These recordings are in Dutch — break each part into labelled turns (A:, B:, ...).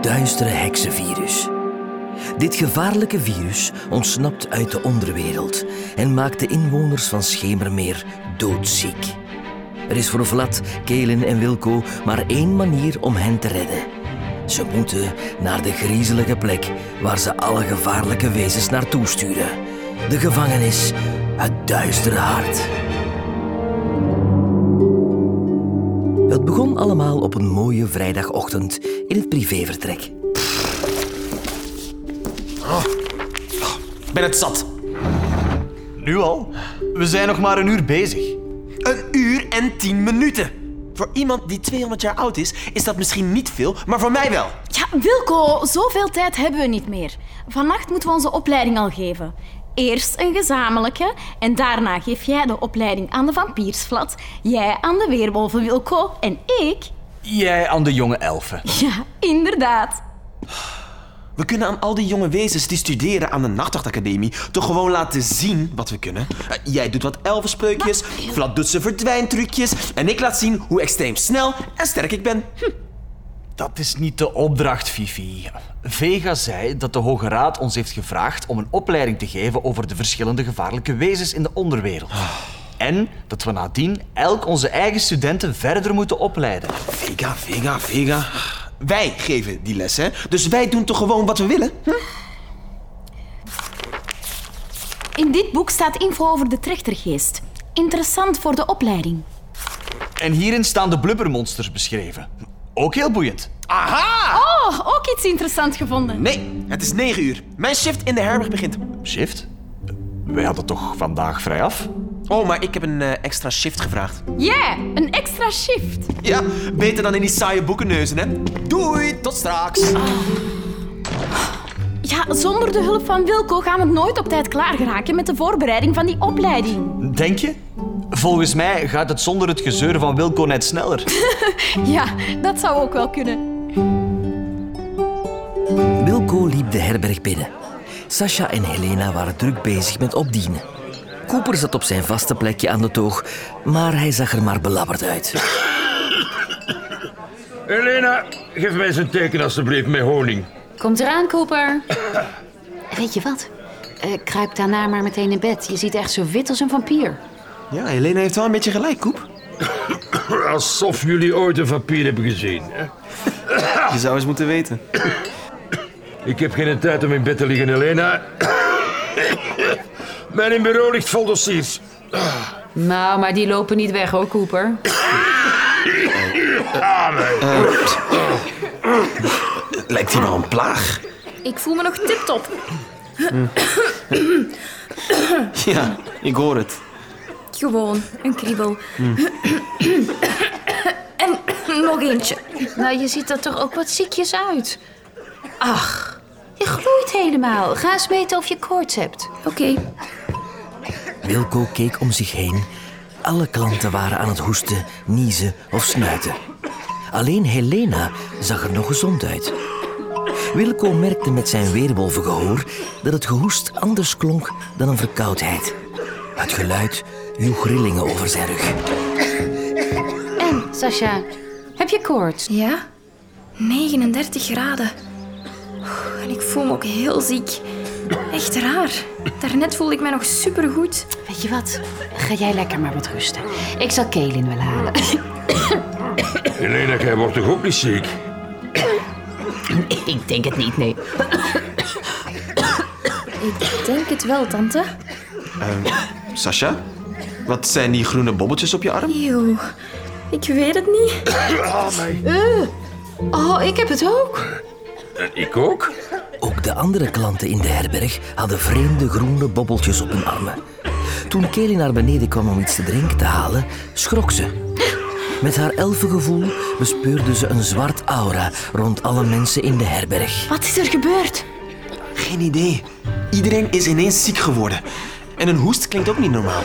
A: duistere heksenvirus. Dit gevaarlijke virus ontsnapt uit de onderwereld en maakt de inwoners van Schemermeer doodziek. Er is voor Vlad, Kelen en Wilco maar één manier om hen te redden. Ze moeten naar de griezelige plek waar ze alle gevaarlijke wezens naartoe sturen. De gevangenis, het duistere hart. Het begon allemaal op een mooie vrijdagochtend in het privévertrek.
B: Ik ben het zat.
C: Nu al? We zijn nog maar een uur bezig.
B: Een uur en tien minuten. Voor iemand die 200 jaar oud is, is dat misschien niet veel, maar voor mij wel.
D: Ja, Wilco, zoveel tijd hebben we niet meer. Vannacht moeten we onze opleiding al geven. Eerst een gezamenlijke en daarna geef jij de opleiding aan de vampiersflat, jij aan de weerwolven Wilco en ik.
C: Jij aan de jonge elfen.
D: Ja, inderdaad.
B: We kunnen aan al die jonge wezens die studeren aan de Nachtwachtacademie toch gewoon laten zien wat we kunnen. Eh, jij doet wat elfenspreukjes, Vlad doet zijn verdwijntrucjes en ik laat zien hoe extreem snel en sterk ik ben.
C: Dat is niet de opdracht, Fifi. Vega zei dat de Hoge Raad ons heeft gevraagd om een opleiding te geven over de verschillende gevaarlijke wezens in de onderwereld. En dat we nadien elk onze eigen studenten verder moeten opleiden.
B: Vega, Vega, Vega. Wij geven die les, hè? Dus wij doen toch gewoon wat we willen? Hm?
D: In dit boek staat info over de trechtergeest. Interessant voor de opleiding.
C: En hierin staan de blubbermonsters beschreven. Ook heel boeiend.
B: Aha!
D: Oh, ook iets interessants gevonden.
B: Nee, het is 9 uur. Mijn shift in de herberg begint.
C: Shift? Wij hadden toch vandaag vrij af?
B: Oh, maar ik heb een eh, extra shift gevraagd.
D: Jij, een extra shift.
B: Ja, beter dan in die saaie boekenneuzen, hè? Doei, tot straks.
D: Ja, zonder de hulp van Wilco gaan we nooit op tijd klaar geraken met de voorbereiding van die opleiding.
C: Denk je? Volgens mij gaat het zonder het gezeur van Wilco net sneller.
D: Ja, dat zou ook wel kunnen.
A: Wilco liep de herberg binnen. Sasha en Helena waren druk bezig met opdienen. Cooper zat op zijn vaste plekje aan de toog, maar hij zag er maar belabberd uit.
E: Elena, geef mij eens een teken alsjeblieft met honing.
F: Komt eraan, Cooper. Weet je wat? Eh, kruip daarna maar meteen in bed. Je ziet echt zo wit als een vampier.
B: Ja, Helena heeft wel een beetje gelijk, Koep.
E: Alsof jullie ooit een vampier hebben gezien. hè?
B: Je zou eens moeten weten.
E: Ik heb geen tijd om in bed te liggen, Elena. Mijn bureau ligt vol dossiers.
F: Nou, maar die lopen niet weg hoor, Cooper.
B: Lijkt hier wel een plaag.
G: Ik voel me nog tiptop.
B: Ja, ik hoor het.
G: Gewoon, een kriebel. en nog eentje.
F: Nou, je ziet er toch ook wat ziekjes uit. Ach, je gloeit helemaal. Ga eens meten of je koorts hebt.
G: Oké,
A: Wilco keek om zich heen. Alle klanten waren aan het hoesten, niezen of snuiten. Alleen Helena zag er nog gezond uit. Wilco merkte met zijn weerwolvengehoor dat het gehoest anders klonk dan een verkoudheid. Het geluid joeg rillingen over zijn rug.
F: En, Sasha, heb je koorts?
G: ja? 39 graden. En ik voel me ook heel ziek. Echt raar. Daarnet voelde ik mij nog supergoed.
F: Weet je wat? Ga jij lekker maar wat rusten. Ik zal Kaelin wel halen.
E: Elena, jij wordt toch ook niet ziek?
F: Ik denk het niet, nee.
G: Ik denk het wel, tante.
B: Sascha? Wat zijn die groene bobbeltjes op je arm?
G: Eeuw, ik weet het niet. Eh.
F: Oh, ik heb het ook.
E: En Eh, ik ook.
A: Ook de andere klanten in de herberg hadden vreemde groene bobbeltjes op hun armen. Toen Kelly naar beneden kwam om iets te drinken te halen, schrok ze. Met haar elfengevoel bespeurde ze een zwart aura rond alle mensen in de herberg.
D: Wat is er gebeurd?
B: Geen idee. Iedereen is ineens ziek geworden. En een hoest klinkt ook niet normaal.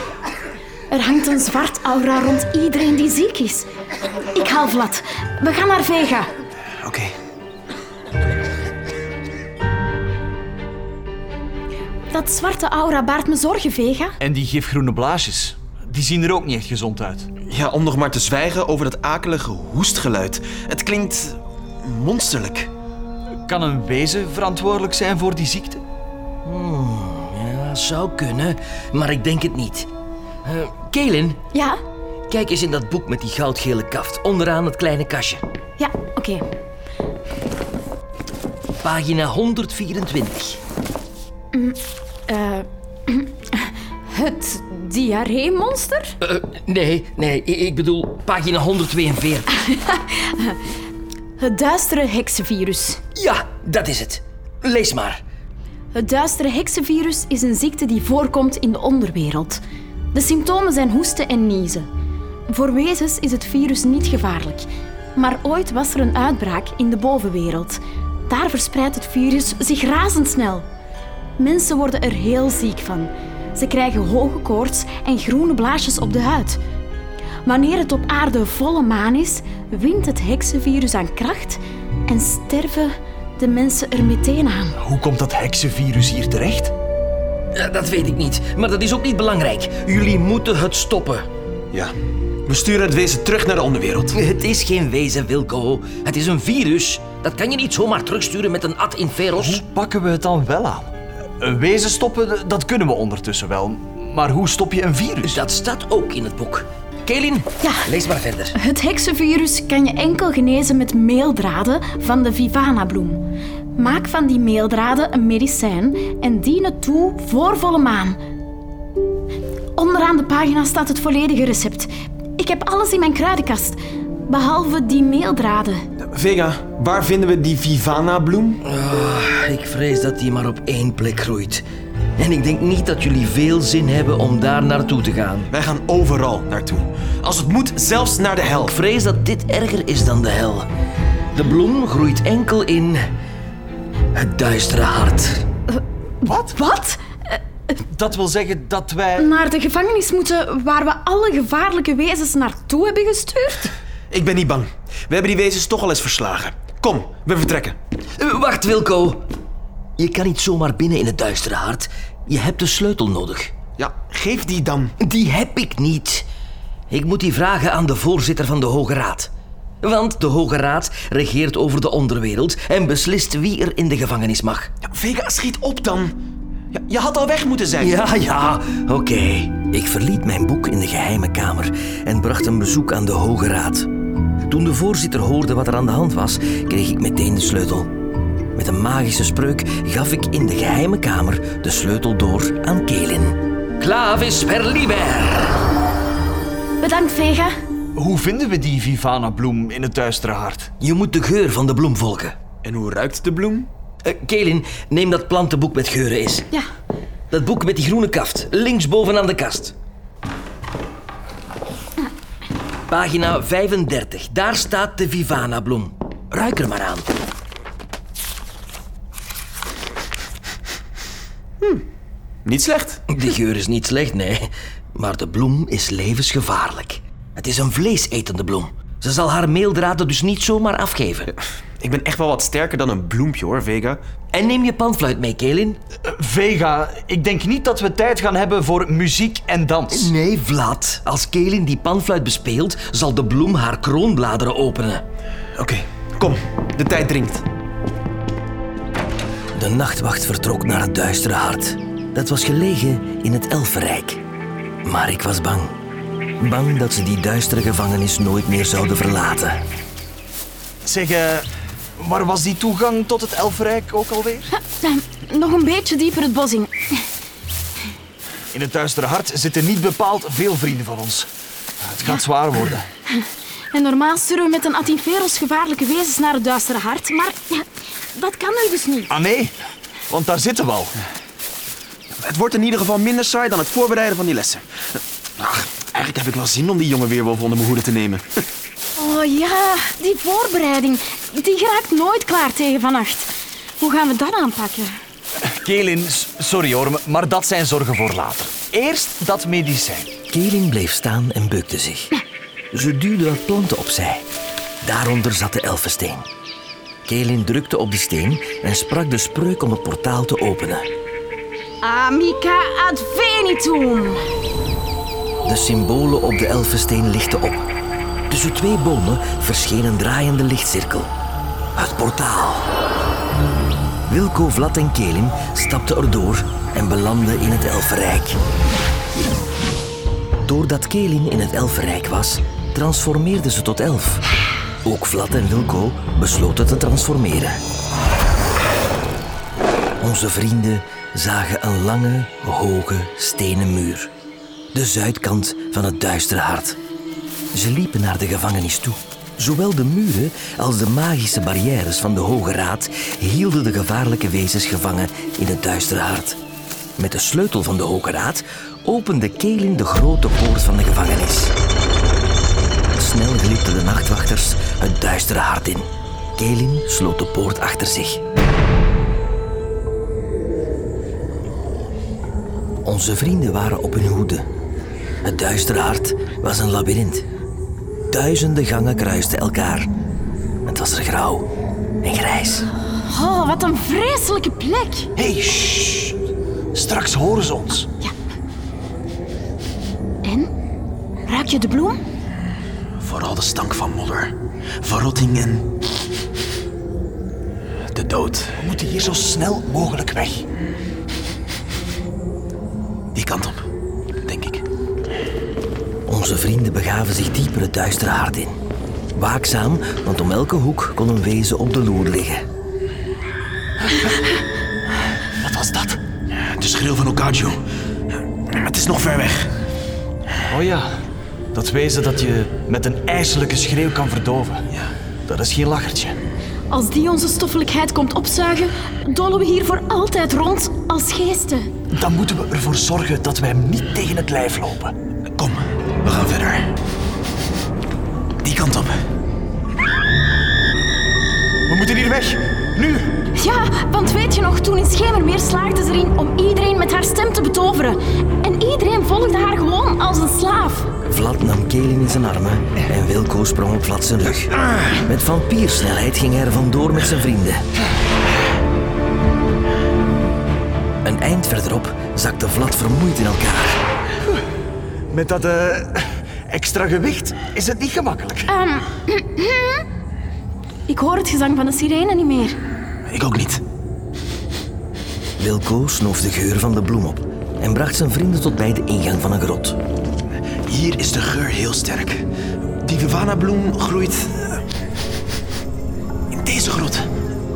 D: Er hangt een zwart aura rond iedereen die ziek is. Ik haal Vlad. We gaan naar Vega.
B: Oké.
D: Dat zwarte aura baart me zorgen, Vega.
C: En die gifgroene blaasjes. Die zien er ook niet echt gezond uit.
B: Ja, om nog maar te zwijgen over dat akelige hoestgeluid. Het klinkt monsterlijk.
C: Kan een wezen verantwoordelijk zijn voor die ziekte?
A: Ja, zou kunnen, maar ik denk het niet. Eh Kaelin,
D: Ja?
A: kijk eens in dat boek met die goudgele kaft, onderaan het kleine kastje.
D: Ja, oké.
A: Pagina 124.
D: Eh, het diarree-monster?
A: Eh, nee, nee, i- ik bedoel pagina 142.
D: Het duistere heksenvirus.
A: Ja, dat is het. Lees maar.
D: Het duistere heksenvirus is een ziekte die voorkomt in de onderwereld. De symptomen zijn hoesten en niezen. Voor wezens is het virus niet gevaarlijk. Maar ooit was er een uitbraak in de bovenwereld. Daar verspreidt het virus zich razendsnel. Mensen worden er heel ziek van. Ze krijgen hoge koorts en groene blaasjes op de huid. Wanneer het op aarde volle maan is, wint het heksenvirus aan kracht en sterven de mensen er meteen aan.
C: Hoe komt dat heksenvirus hier terecht?
A: Eh, dat weet ik niet, maar dat is ook niet belangrijk. Jullie moeten het stoppen.
B: Ja. We sturen het wezen terug naar de onderwereld.
A: Het is geen wezen, Wilco. Het is een virus. Dat kan je niet zomaar terugsturen met een ad in veros.
C: Hoe pakken we het dan wel aan? Een wezen stoppen, dat kunnen we ondertussen wel. Maar hoe stop je een virus?
A: Dat staat ook in het boek. Kaelin,
D: Ja.
A: lees maar verder.
D: Het heksenvirus kan je enkel genezen met meeldraden van de Vivana-bloem. Maak van die meeldraden een medicijn en dien het toe voor volle maan. Onderaan de pagina staat het volledige recept. Ik heb alles in mijn kruidenkast, behalve die meeldraden.
B: Vega, waar vinden we die Vivana-bloem?
A: Ik vrees dat die maar op één plek groeit. En ik denk niet dat jullie veel zin hebben om daar naartoe te gaan.
B: Wij gaan overal naartoe. Als het moet, zelfs naar de hel.
A: Ik vrees dat dit erger is dan de hel. De bloem groeit enkel in het duistere hart.
C: Wat?
D: Wat?
C: Dat wil zeggen dat wij...
D: Naar de gevangenis moeten waar we alle gevaarlijke wezens naartoe hebben gestuurd?
B: Ik ben niet bang. We hebben die wezens toch al eens verslagen. Kom, we vertrekken.
A: Eh, Wacht, Wilco. Je kan niet zomaar binnen in het duistere hart. Je hebt de sleutel nodig.
B: Ja, geef die dan.
A: Die heb ik niet. Ik moet die vragen aan de voorzitter van de Hoge Raad. Want de Hoge Raad regeert over de onderwereld en beslist wie er in de gevangenis mag.
B: Ja, Vega, schiet op dan. Ja, je had al weg moeten zijn.
A: Ja, ja, oké. Ik verliet mijn boek in de geheime kamer en bracht een bezoek aan de Hoge Raad. Toen de voorzitter hoorde wat er aan de hand was, kreeg ik meteen de sleutel. Met een magische spreuk gaf ik in de geheime kamer de sleutel door aan Kelin. Clavis per liber!
D: Bedankt, Vega.
C: Hoe vinden we die Vivana-bloem in het duistere hart?
A: Je moet de geur van de bloem volgen.
B: En hoe ruikt de bloem?
A: Eh, Kelin, neem dat plantenboek met geuren eens.
D: Ja,
A: Dat boek met die groene kaft, linksboven aan de kast. Pagina 35, daar staat de Vivana-bloem. Ruik er maar aan.
B: Niet slecht.
A: Die geur is niet slecht, nee. Maar de bloem is levensgevaarlijk. Het is een vleesetende bloem. Ze zal haar meeldraden dus niet zomaar afgeven.
B: Ik ben echt wel wat sterker dan een bloempje hoor, Vega.
A: En neem je panfluit mee, Kelin.
C: Vega, ik denk niet dat we tijd gaan hebben voor muziek en dans.
A: Nee, Vlad. Als Kelin die panfluit bespeelt, zal de bloem haar kroonbladeren openen.
B: Oké, kom. De tijd dringt.
A: De nachtwacht vertrok naar het duistere hart. Dat was gelegen in het Elfenrijk. Maar ik was bang. Bang dat ze die duistere gevangenis nooit meer zouden verlaten.
C: Zeg, eh, waar was die toegang tot het Elfrijk ook alweer?
D: nog een beetje dieper het bos in.
C: In het duistere hart zitten niet bepaald veel vrienden van ons. Het gaat zwaar worden.
D: En normaal sturen we met een Atinferos gevaarlijke wezens naar het duistere hart, maar ja, dat kan nu dus niet.
C: Ah nee, want daar zitten we al.
B: Het wordt in ieder geval minder saai dan het voorbereiden van die lessen. Ach, eigenlijk heb ik wel zin om die jonge weerwolf onder mijn hoede te nemen.
D: Oh ja, die voorbereiding, die geraakt nooit klaar tegen vannacht. Hoe gaan we dat aanpakken?
C: Kelin, s- sorry hoor, maar dat zijn zorgen voor later. Eerst dat medicijn.
A: Keling bleef staan en bukte zich. Ze duwde wat planten opzij. Daaronder zat de elfensteen. Kelin drukte op de steen en sprak de spreuk om het portaal te openen.
D: Amica ad venitum.
A: De symbolen op de elfensteen lichten op. Tussen twee bomen verscheen een draaiende lichtcirkel. Het portaal. Wilco, Vlad en Kelim stapten erdoor en belanden in het Elfenrijk. Doordat Kelim in het Elfenrijk was, transformeerden ze tot elf. Ook Vlad en Wilco besloten te transformeren. Onze vrienden zagen een lange, hoge stenen muur. De zuidkant van het duistere hart. Ze liepen naar de gevangenis toe. Zowel de muren als de magische barrières van de Hoge Raad hielden de gevaarlijke wezens gevangen in het duistere hart. Met de sleutel van de Hoge Raad opende Kelin de grote poort van de gevangenis. Snel glipten de nachtwachters het duistere hart in. Kelin sloot de poort achter zich. Onze vrienden waren op hun hoede. Het duistere hart was een labyrint. Duizenden gangen kruisten elkaar. Het was er grauw en grijs.
D: Oh, wat een vreselijke plek.
C: Hé, hey, shh. Straks horen ze ons.
D: En? Ruik je de bloem?
B: Vooral de stank van modder, verrotting en. de dood.
C: We moeten hier zo snel mogelijk weg.
B: Die kant op, denk ik.
A: Onze vrienden begaven zich dieper het duistere hart in. Waakzaam, want om elke hoek kon een wezen op de loer liggen.
B: Wat was dat? De schreeuw van Okaju. Maar het is nog ver weg.
C: Oh ja, dat wezen dat je met een ijselijke schreeuw kan verdoven.
B: Ja.
C: Dat is geen lachertje.
D: Als die onze stoffelijkheid komt opzuigen, dollen we hier voor altijd rond als geesten.
C: Dan moeten we ervoor zorgen dat wij hem niet tegen het lijf lopen.
B: Kom, we gaan verder. Die kant op.
C: We moeten hier weg. Nu.
D: Ja, want weet je nog, toen in Schemermeer slaagde ze erin om iedereen met haar stem te betoveren. En iedereen volgde haar gewoon als een slaaf.
A: Vlad nam Kelin in zijn armen en Wilco sprong op Vlad zijn rug. Met vampiersnelheid ging hij er vandoor met zijn vrienden. Een eind verderop zakte Vlad vermoeid in elkaar.
C: Met dat eh, extra gewicht is het niet gemakkelijk.
D: Ehm, ik hoor het gezang van de sirene niet meer.
B: Ik ook niet.
A: Wilco snoof de geur van de bloem op en bracht zijn vrienden tot bij de ingang van een grot.
B: Hier is de geur heel sterk. Die Vivana-bloem groeit. eh, in deze grot.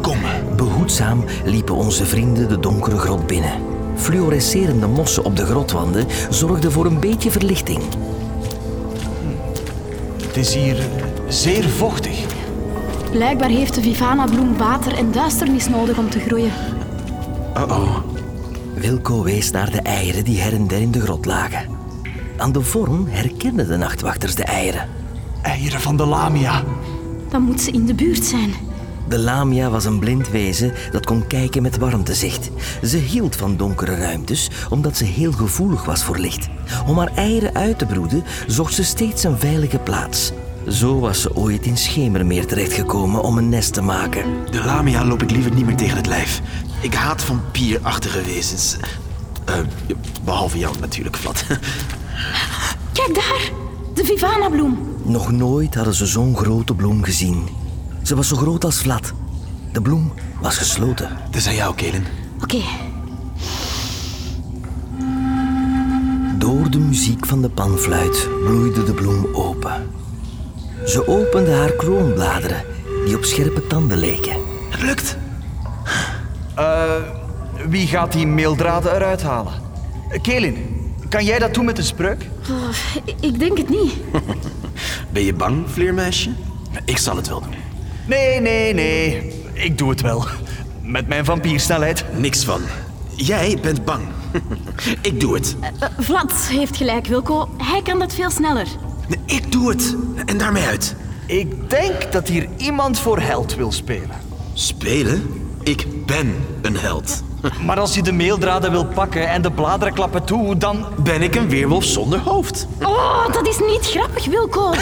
B: Kom,
A: Behoedzaam liepen onze vrienden de donkere grot binnen. Fluorescerende mossen op de grotwanden zorgden voor een beetje verlichting.
C: Het is hier eh, zeer vochtig.
D: Blijkbaar heeft de Vivana-bloem water en duisternis nodig om te groeien.
A: Wilco wees naar de eieren die her en der in de grot lagen. Aan de vorm herkenden de nachtwachters de eieren.
C: Eieren van de lamia.
D: Dan moet ze in de buurt zijn.
A: De lamia was een blind wezen dat kon kijken met warmtezicht. Ze hield van donkere ruimtes omdat ze heel gevoelig was voor licht. Om haar eieren uit te broeden zocht ze steeds een veilige plaats. Zo was ze ooit in Schemermeer terechtgekomen om een nest te maken.
B: de lamia loop ik liever niet meer tegen het lijf. Ik haat vampierachtige wezens. Eh, behalve jou natuurlijk, Vlad.
D: Kijk daar, de Vivana-bloem.
A: Nog nooit hadden ze zo'n grote bloem gezien. Ze was zo groot als Vlad. De bloem was gesloten.
B: Het is aan jou, Kelen.
D: Oké,
A: Door de muziek van de panfluit bloeide de bloem open. Ze opende haar kroonbladeren, die op scherpe tanden leken.
B: Het lukt.
C: Eh, Wie gaat die meeldraden eruit halen? Eh, Kelin, kan jij dat doen met een spreuk?
D: Oh, ik- ik denk het niet.
B: Ben je bang, vleermeisje? Ik zal het wel doen.
C: Nee, nee, nee. Ik doe het wel. Met mijn vampiersnelheid.
B: Niks van. Jij bent bang. ik doe het.
D: Eh, Vlad heeft gelijk, Wilco. Hij kan dat veel sneller.
B: Nee, Ik doe het. En daarmee uit.
C: Ik denk dat hier iemand voor held wil spelen.
B: Spelen? Ik ben een held.
C: Maar als je de meeldraden wil pakken en de bladeren klappen toe, dan...
B: Ben ik een weerwolf zonder hoofd?
D: Oh, dat is niet grappig, Wilco.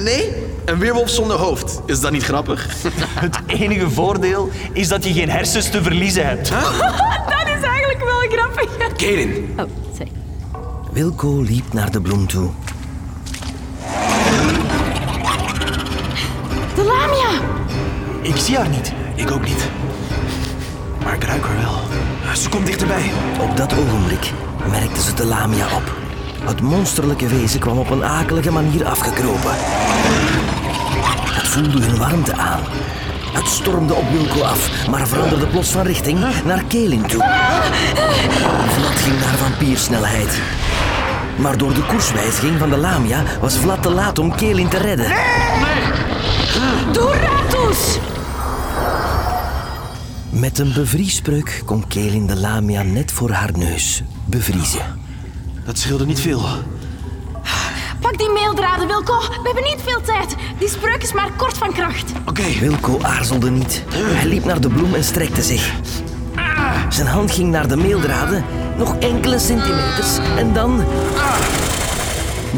B: Nee, een weerwolf zonder hoofd. Is dat niet grappig?
C: Het enige voordeel is dat je geen hersens te verliezen hebt.
D: dat is eigenlijk wel grappig.
B: Kaden,
D: Oh, sorry.
A: Wilco liep naar de bloem toe.
D: De Lamia.
C: Ik zie haar niet.
B: ik ook niet. maar ik ruik haar wel. Ah, Ze komt dichterbij.
A: Op dat ogenblik merkte ze de lamia op. Het monsterlijke wezen kwam op een akelige manier afgekropen. Het voelde hun warmte aan. Het stormde op Wilco af, maar veranderde plots van richting naar Kelin toe. Vlad ging naar vampiersnelheid. Maar door de koerswijziging van de lamia was Vlad te laat om Kelin te redden.
D: Doeratus!
A: Met een bevriespreuk kon Kelin de lamia net voor haar neus bevriezen.
B: Dat scheelde niet veel.
D: Pak die maildraden, Wilco. We hebben niet veel tijd. Die spreuk is maar kort van kracht.
B: Oké,
A: Wilco aarzelde niet. Hij liep naar de bloem en strekte zich. Zijn hand ging naar de meeldraden, nog enkele centimeters en dan.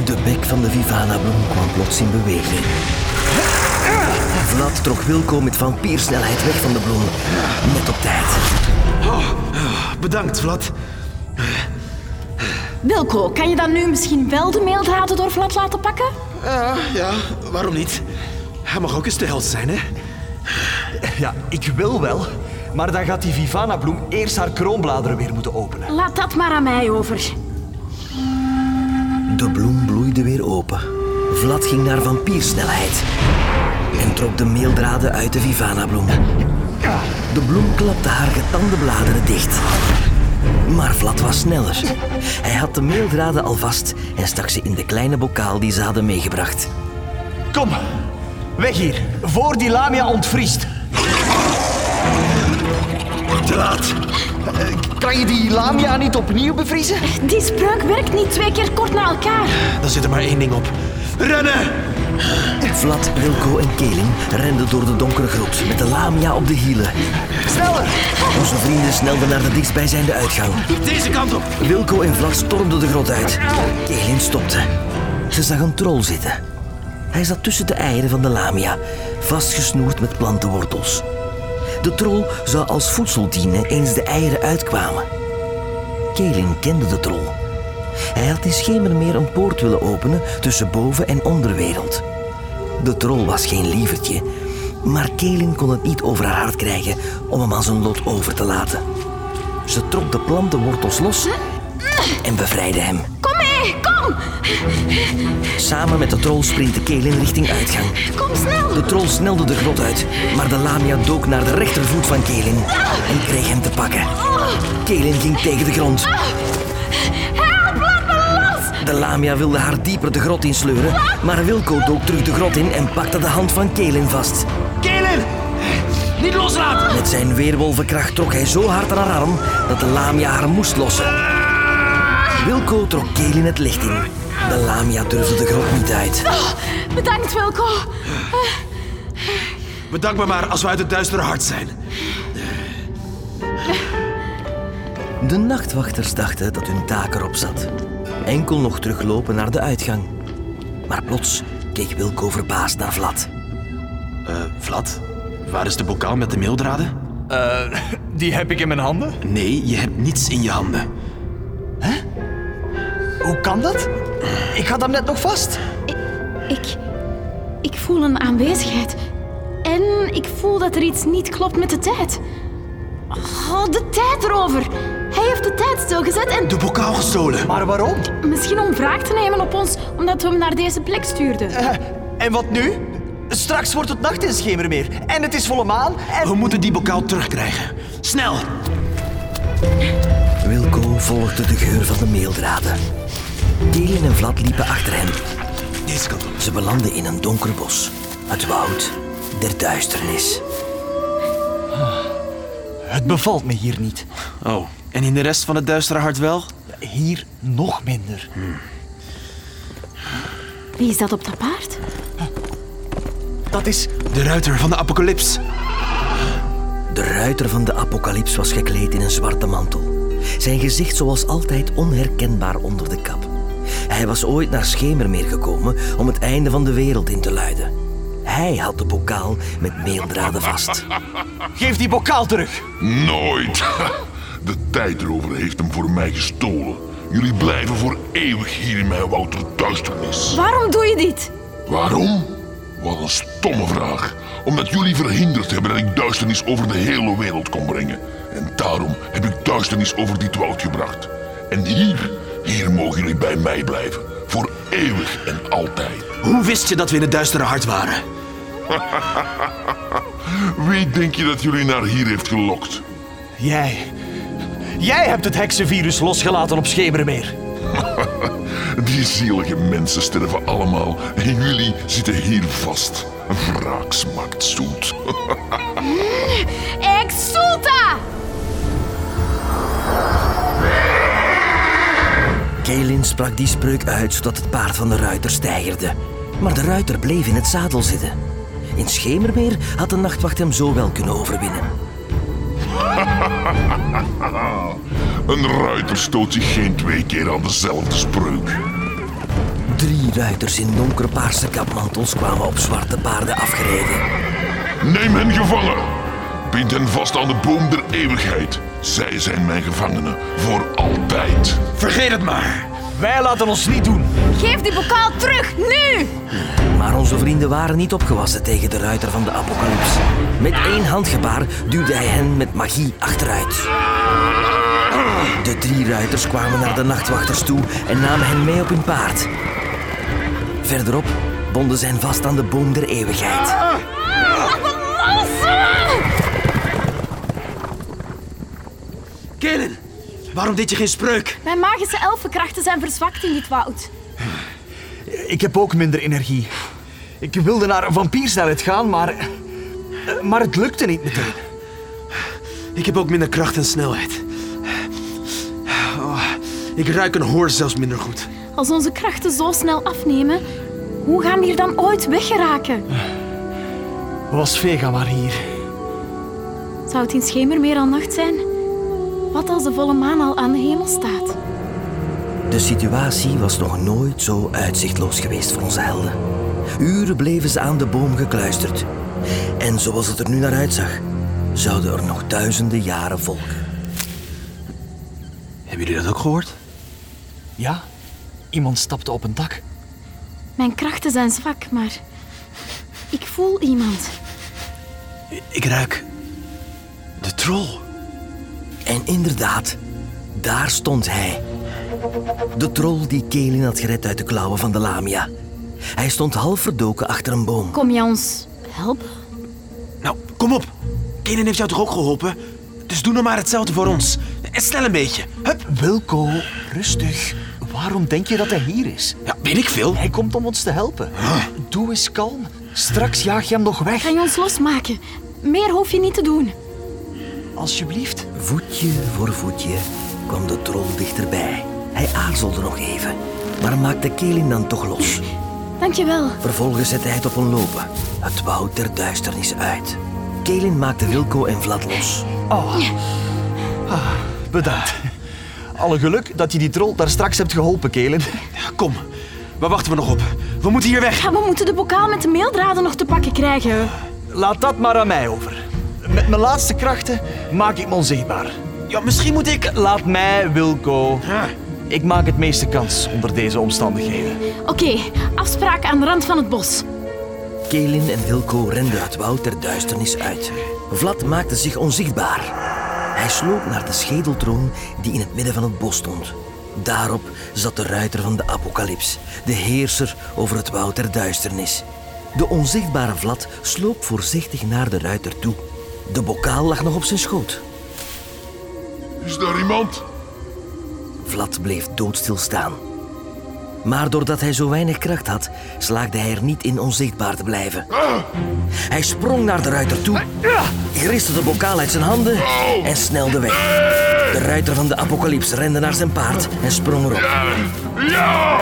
A: De bek van de Vivana-bloem kwam plots in beweging. Vlad trok Wilco met vampiersnelheid weg van de bloem, net op tijd.
B: bedankt Vlad.
D: Wilco, kan je dan nu misschien wel de maildraden door Vlad laten pakken?
B: Ja, ja, waarom niet? Hij mag ook eens de held zijn, hè?
C: Ja, ik wil wel. Maar dan gaat die Vivana-bloem eerst haar kroonbladeren weer moeten openen.
D: Laat dat maar aan mij over.
A: De bloem bloeide weer open. Vlad ging naar vampiersnelheid en trok de meeldraden uit de Vivana-bloem. De bloem klapte haar getande bladeren dicht. Maar Vlad was sneller. Hij had de meeldraden al vast en stak ze in de kleine bokaal die ze hadden meegebracht.
C: Kom, weg hier, voor die lamia ontvriest. Te laat. Eh, Kan je die lamia niet opnieuw bevriezen?
D: Die spreuk werkt niet twee keer kort na elkaar.
B: Dan zit er maar één ding op. Rennen!
A: Vlad, Wilco en Keling renden door de donkere grot met de lamia op de hielen.
C: Sneller!
A: Onze vrienden snelden naar de dichtstbijzijnde uitgang.
B: Deze kant op!
A: Wilco en Vlad stormden de grot uit. Kelin stopte. Ze zag een troll zitten. Hij zat tussen de eieren van de lamia, vastgesnoerd met plantenwortels. De troll zou als voedsel dienen eens de eieren uitkwamen. Kelin kende de troll. Hij had in Schemermeer een poort willen openen tussen boven- en onderwereld. De troll was geen lievertje, maar Kelin kon het niet over haar hart krijgen om hem aan zijn lot over te laten. Ze trok de plantenwortels los en bevrijdde hem.
D: Kom mee, kom!
A: Samen met de troll sprintte Kelin richting uitgang.
D: Kom snel!
A: De troll snelde de grot uit, maar de lamia dook naar de rechtervoet van Kelin en kreeg hem te pakken. Kelin ging tegen de grond.
D: Help, laat me los!
A: De lamia wilde haar dieper de grot insleuren, maar Wilco dook terug de grot in en pakte de hand van Kelin vast.
B: Kelen! Niet loslaten!
A: Met zijn weerwolvenkracht trok hij zo hard aan haar arm dat de lamia haar moest lossen.
B: Ah!
A: Wilco trok Kelin het licht in. De lamia durfde de grot niet uit.
D: Bedankt, Wilco.
B: Bedank me maar als we uit het duistere hart zijn.
A: De nachtwachters dachten dat hun taak erop zat. Enkel nog teruglopen naar de uitgang. Maar plots keek Wilco verbaasd naar Vlad.
B: Eh, Vlad? Waar is de bokaal met de meeldraden?
C: Eh, Die heb ik in mijn handen.
B: Nee, je hebt niets in je handen.
C: Hoe kan dat? Ik had hem net nog vast.
D: Ik. Ik voel een aanwezigheid. En ik voel dat er iets niet klopt met de tijd. Oh, de tijd erover! Hij heeft de tijd stilgezet en
B: De bokaal gestolen!
C: Maar waarom?
D: misschien om wraak te nemen op ons omdat we hem naar deze plek stuurden.
C: Eh, En wat nu? Straks wordt het nacht in Schemermeer. En het is volle maan. En...
B: We moeten die bokaal terugkrijgen. Snel!
A: Wilco volgde de geur van de meeldraden. Kelin en Vlad liepen achter hem.
B: Deze kant op.
A: Ze belanden in een donker bos. Het woud der duisternis.
C: Het bevalt me hier niet.
B: Oh, en in de rest van het duistere hart wel?
C: Hier nog minder.
D: Wie is dat op dat paard?
C: Dat is...
B: De ruiter van de apocalyps.
A: De ruiter van de apocalyps was gekleed in een zwarte mantel. Zijn gezicht zoals altijd onherkenbaar onder de kap. Hij was ooit naar Schemermeer gekomen om het einde van de wereld in te luiden. Hij had de bokaal met meeldraden vast.
C: Geef die bokaal terug.
H: Nooit. De tijdrover heeft hem voor mij gestolen. Jullie blijven voor eeuwig hier in mijn Wouter duisternis.
D: Waarom doe je dit?
H: Waarom? Wat een stomme vraag. Omdat jullie verhinderd hebben dat ik duisternis over de hele wereld kon brengen. En daarom heb ik duisternis over dit woud gebracht. En hier, hier mogen jullie bij mij blijven. Voor eeuwig en altijd.
B: Hoe wist je dat we in het duistere hart waren?
H: Wie denk je dat jullie naar hier heeft gelokt?
C: Jij. Jij hebt het heksenvirus losgelaten op Schemermeer.
H: Die zielige mensen sterven allemaal en jullie zitten hier vast. Wraaksmaakt zoet.
D: Exulta!
A: Kaelin sprak die spreuk uit zodat het paard van de ruiter steigerde. Maar de ruiter bleef in het zadel zitten. In Schemermeer had de nachtwacht hem zo wel kunnen overwinnen.
H: Een ruiter stoot zich geen twee keer aan dezelfde spreuk.
A: Drie ruiters in donkerpaarse kapmantels kwamen op zwarte paarden afgereden.
H: Neem hen gevangen. Bind hen vast aan de boom der eeuwigheid. Zij zijn mijn gevangenen voor altijd.
B: Vergeet het maar.
C: Wij laten ons niet doen.
D: Geef die bokaal terug, nu!
A: Maar onze vrienden waren niet opgewassen tegen de ruiter van de apocalyps. Met één handgebaar duwde hij hen met magie achteruit. De drie ruiters kwamen naar de nachtwachters toe en namen hen mee op hun paard. Verderop bonden ze hen vast aan de boom der eeuwigheid.
B: Kaelin, waarom deed je geen spreuk?
D: Mijn magische elfenkrachten zijn verzwakt in dit woud.
C: Ik heb ook minder energie. Ik wilde naar een vampiersnelheid gaan, maar... Maar het lukte niet meteen.
B: Ik heb ook minder kracht en snelheid. Oh, ik ruik en hoor zelfs minder goed.
D: Als onze krachten zo snel afnemen, hoe gaan we hier dan ooit weggeraken?
C: Was Vega maar hier.
D: Zou het in schemermeer al nacht zijn? Wat als de volle maan al aan de hemel staat?
A: De situatie was nog nooit zo uitzichtloos geweest voor onze helden. Uren bleven ze aan de boom gekluisterd. En zoals het er nu naar uitzag, zouden er nog duizenden jaren volgen.
B: Hebben jullie dat ook gehoord?
C: Ja? Iemand stapte op een dak.
D: Mijn krachten zijn zwak, maar ik voel iemand.
B: Ik ruik de troll.
A: En inderdaad, daar stond hij. De troll die Kelin had gered uit de klauwen van de Lamia. Hij stond half verdoken achter een boom.
D: Kom je ons helpen?
B: Nou, kom op. Kaelin heeft jou toch ook geholpen? Dus doe nou maar hetzelfde voor ons. En snel een beetje. Hup.
C: Wilco, rustig. Waarom denk je dat hij hier is?
B: Ja, weet ik veel.
C: Hij komt om ons te helpen. Doe eens kalm. Straks jaag je hem nog weg.
D: Kan je ons losmaken? Meer hoef je niet te doen.
C: Alsjeblieft.
A: Voetje voor voetje kwam de troll dichterbij. Hij aarzelde nog even, maar maakte Kelin dan toch los.
D: Dankjewel.
A: Vervolgens zette hij het op een lopen, het woud der duisternis uit. Kelin maakte Wilco en Vlad los.
C: Bedankt. Alle geluk dat je die troll daar straks hebt geholpen, Kelen.
B: Kom. Waar wachten we nog op? We moeten hier weg.
D: Ja, we moeten de bokaal met de meeldraden nog te pakken krijgen.
C: Laat dat maar aan mij over. Met mijn laatste krachten maak ik me onzichtbaar.
B: Ja, misschien moet ik...
C: Laat mij, Wilco. Ik maak het meeste kans onder deze omstandigheden.
D: Oké, afspraak aan de rand van het bos.
A: Kelin en Wilco renden het woud der duisternis uit. Vlad maakte zich onzichtbaar. Hij sloop naar de schedeltroon die in het midden van het bos stond. Daarop zat de ruiter van de apocalyps, de heerser over het woud der duisternis. De onzichtbare Vlad sloop voorzichtig naar de ruiter toe. De bokaal lag nog op zijn schoot.
H: Is daar iemand?
A: Vlad bleef doodstil staan. Maar doordat hij zo weinig kracht had, slaagde hij er niet in onzichtbaar te blijven. Hij sprong naar de ruiter toe, griste de bokaal uit zijn handen en snelde weg. De ruiter van de apocalyps rende naar zijn paard en sprong erop.
H: Eh, Ja!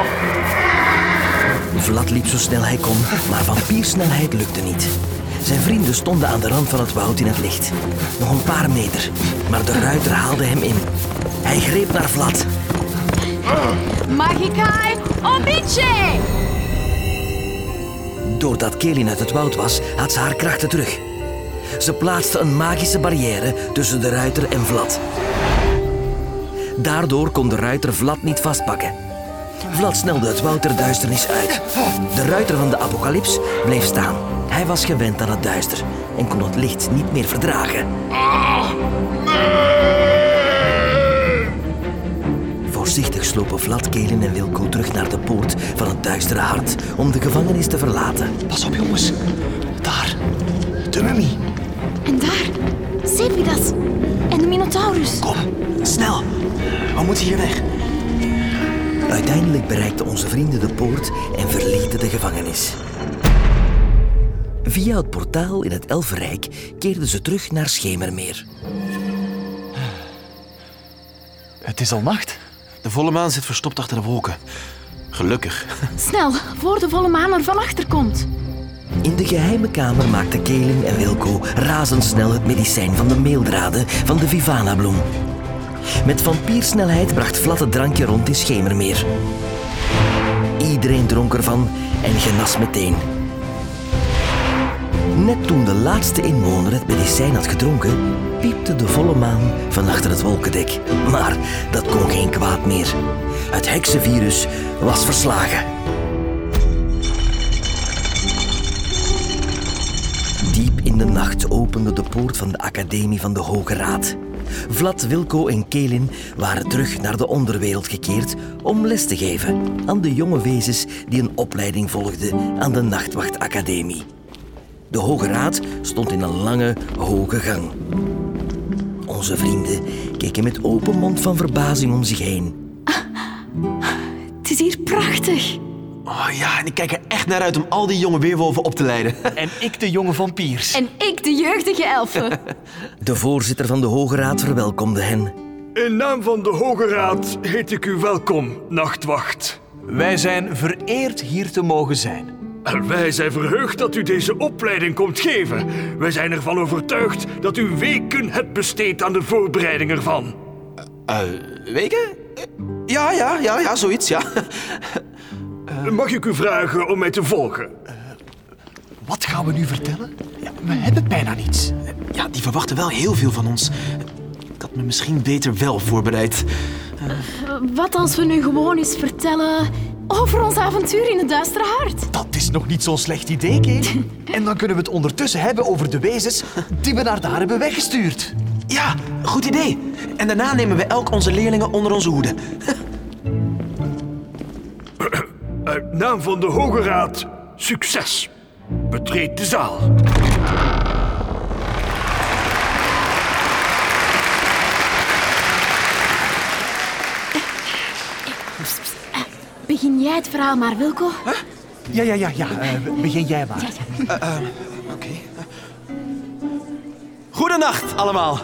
A: Vlad liep zo snel hij kon, maar vampiersnelheid lukte niet. Zijn vrienden stonden aan de rand van het woud in het licht. Nog een paar meter, maar de ruiter haalde hem in. Hij greep naar Vlad.
D: Magikai Omiche!
A: Doordat Kelin uit het woud was, had ze haar krachten terug. Ze plaatste een magische barrière tussen de ruiter en Vlad. Daardoor kon de ruiter Vlad niet vastpakken. Vlad snelde het woud der duisternis uit. De ruiter van de apocalyps bleef staan. Hij was gewend aan het duister en kon het licht niet meer verdragen.
H: Nee!
A: Voorzichtig slopen Vlad, Kelen en Wilco terug naar de poort van het duistere hart om de gevangenis te verlaten.
C: Pas op, jongens. Daar. De mummie.
D: En daar, Sepidas en de Minotaurus.
C: Kom, snel. We moeten hier weg.
A: Uiteindelijk bereikten onze vrienden de poort en verlieten de gevangenis. Via het portaal in het Elfenrijk keerden ze terug naar Schemermeer.
C: Het is al nacht.
B: De volle maan zit verstopt achter de wolken. Gelukkig.
D: Snel, voor de volle maan er van achter komt.
A: In de geheime kamer maakten Kelen en Wilco razendsnel het medicijn van de meeldraden van de Vivana-bloem. Met vampiersnelheid bracht Vlad het drankje rond in Schemermeer. Iedereen dronk ervan en genas meteen. Net toen de laatste inwoner het medicijn had gedronken, piepte de volle maan van achter het wolkendek. Maar dat kon geen kwaad meer. Het heksenvirus was verslagen. Diep in de nacht opende de poort van de Academie van de Hoge Raad. Vlad, Wilco en Kelin waren terug naar de onderwereld gekeerd om les te geven aan de jonge wezens die een opleiding volgden aan de Nachtwachtacademie. De Hoge Raad stond in een lange, hoge gang. Onze vrienden keken met open mond van verbazing om zich heen.
D: Het is hier prachtig.
B: Oh ja, en ik kijk er echt naar uit om al die jonge weerwolven op te leiden.
C: En ik de jonge vampiers.
D: En ik, de jeugdige elfen.
A: De voorzitter van de Hoge Raad verwelkomde hen.
I: In naam van de Hoge Raad heet ik u welkom, Nachtwacht.
C: Wij zijn vereerd hier te mogen zijn.
I: En Eh, wij zijn verheugd dat u deze opleiding komt geven. Wij zijn ervan overtuigd dat u weken hebt besteed aan de voorbereiding ervan.
C: Eh,
B: Weken? Eh, Ja, ja, ja, ja, zoiets, ja.
I: Mag ik u vragen om mij te volgen?
C: Wat gaan we nu vertellen? Ja, we hebben bijna niets.
B: Ja, die verwachten wel heel veel van ons. Ik had me misschien beter wel voorbereid.
D: Wat als we nu gewoon eens vertellen over ons avontuur in het duistere hart?
C: Dat is nog niet zo'n slecht idee, Kate. En dan kunnen we het ondertussen hebben over de wezens die we naar daar hebben weggestuurd.
B: Ja, goed idee. En daarna nemen we elk onze leerlingen onder onze hoede.
I: Uit naam van de Hoge Raad, succes. Betreed de zaal.
D: Begin jij het verhaal maar, Wilco.
C: Ja, ja, ja, ja. eh, begin jij maar.
B: Eh, Oké. Goedenacht allemaal.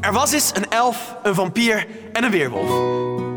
B: Er was eens een elf, een vampier en een weerwolf.